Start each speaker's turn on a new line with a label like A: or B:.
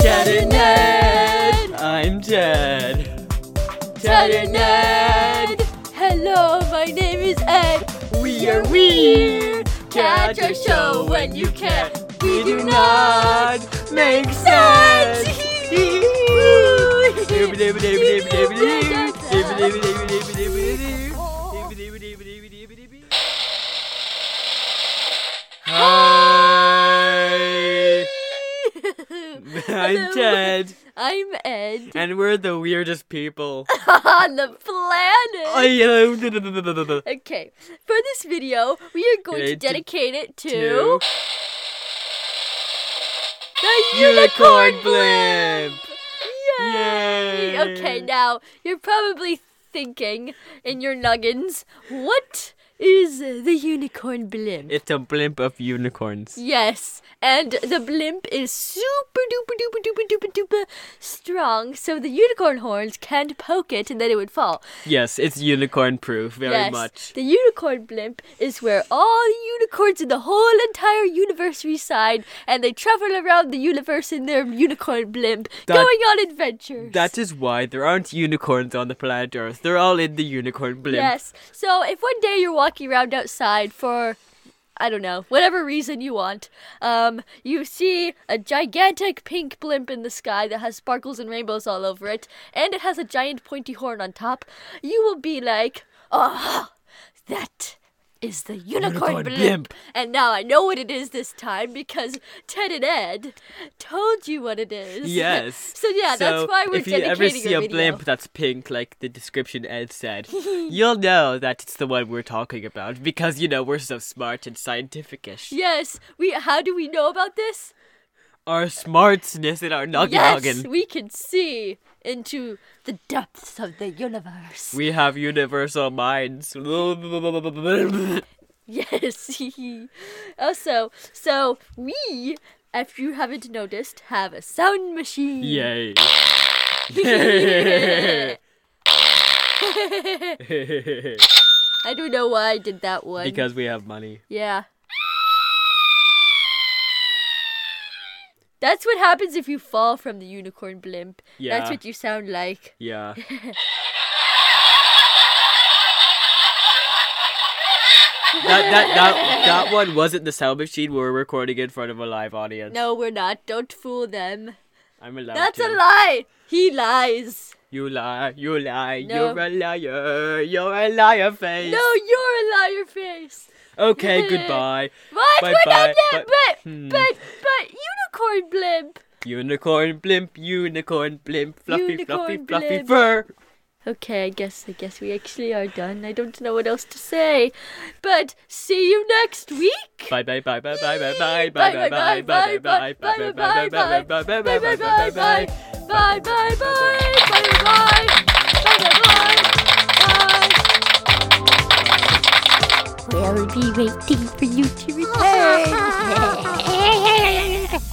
A: Tattered Nerd.
B: I'm Ted.
A: Tattered Nerd. Hello, my name is Ed.
B: We are weird.
A: Catch our show when you can.
B: We do not make sense. Hi. I'm
A: Hello.
B: Ted,
A: I'm Ed
B: and we're the weirdest people.
A: on the
B: Oh,
A: planet.
B: I-
A: Okay, for this video, we are going to
B: Great to-
A: dedicate it to
B: Two.
A: the
B: Unicorn
A: unicorn
B: blimp.
A: Yay!
B: Yay!
A: Okay, now you're probably thinking in your nuggins, what is the unicorn blimp?
B: It's a blimp of unicorns.
A: Yes, and the blimp is super duper duper duper duper duper strong, so the unicorn horns can't poke it and then it would fall.
B: Yes, it's unicorn proof, very
A: yes,
B: much.
A: the unicorn blimp is where all the unicorns in the whole entire universe reside, and they travel around the universe in their unicorn blimp,
B: That-
A: going on adventures.
B: That is why there aren't unicorns on the planet Earth. They're all in the unicorn blimp.
A: Yes. So if one day you're walking around outside for I don't know, whatever reason you want, um, you see a gigantic pink blimp in the sky that has sparkles and rainbows all over it, and it has a giant pointy horn on top, you will be like, Oh that is the unicorn,
B: Unicorn
A: blimp.
B: blimp.
A: And now I know what it is this time because Ted and Ed told you what it is.
B: Yes.
A: So yeah,
B: So,
A: that's why we're
B: if you
A: dedicating
B: ever see
A: our
B: a
A: video.
B: blimp that's pink, like the description Ed said, you'll know that it's the one we're talking about because you know we're so smart and scientificish.
A: Yes. We how do we know about this?
B: Our smartness and our noggin
A: Yes,
B: noggin.
A: we can see into the depths of the universe.
B: We have universal minds.
A: yes. also, so we, if you haven't noticed, have a sound machine.
B: Yay.
A: I don't know why I did that one.
B: because we have money.
A: yeah. That's what happens if you fall from the unicorn blimp. That's
B: Yeah.
A: what you sound like.
B: Yeah. that, that, that, that one wasn't the sound machine. We were recording in front of a live audience.
A: No, we're not. Don't fool them.
B: I'm allowed
A: That's
B: to.
A: a lie. He lies.
B: You lie, you lie, you're
A: No.
B: a liar, you're a liar face.
A: No, you're a liar face.
B: Okay, goodbye.
A: What?
B: Bye,
A: We're
B: bye,
A: not there,
B: bye.
A: but,
B: Hmm.
A: but, but, unicorn blimp.
B: Unicorn blimp, unicorn blimp, fluffy, fluffy,
A: Unicorn
B: fluffy
A: blimp.
B: fur.
A: Okay, I guess, I guess we actually are done. I don't know what else to say. But see you next week.
B: Bye bye bye bye bye bye bye
A: Bye,
B: bye bye bye bye bye bye bye bye bye bye bye bye bye bye bye.
A: bye, bye, bye, bye, bye, bye, bye, bye, bye, bye, bye, bye, bye, bye, bye, bye, bye,
C: We'll be waiting for you to return.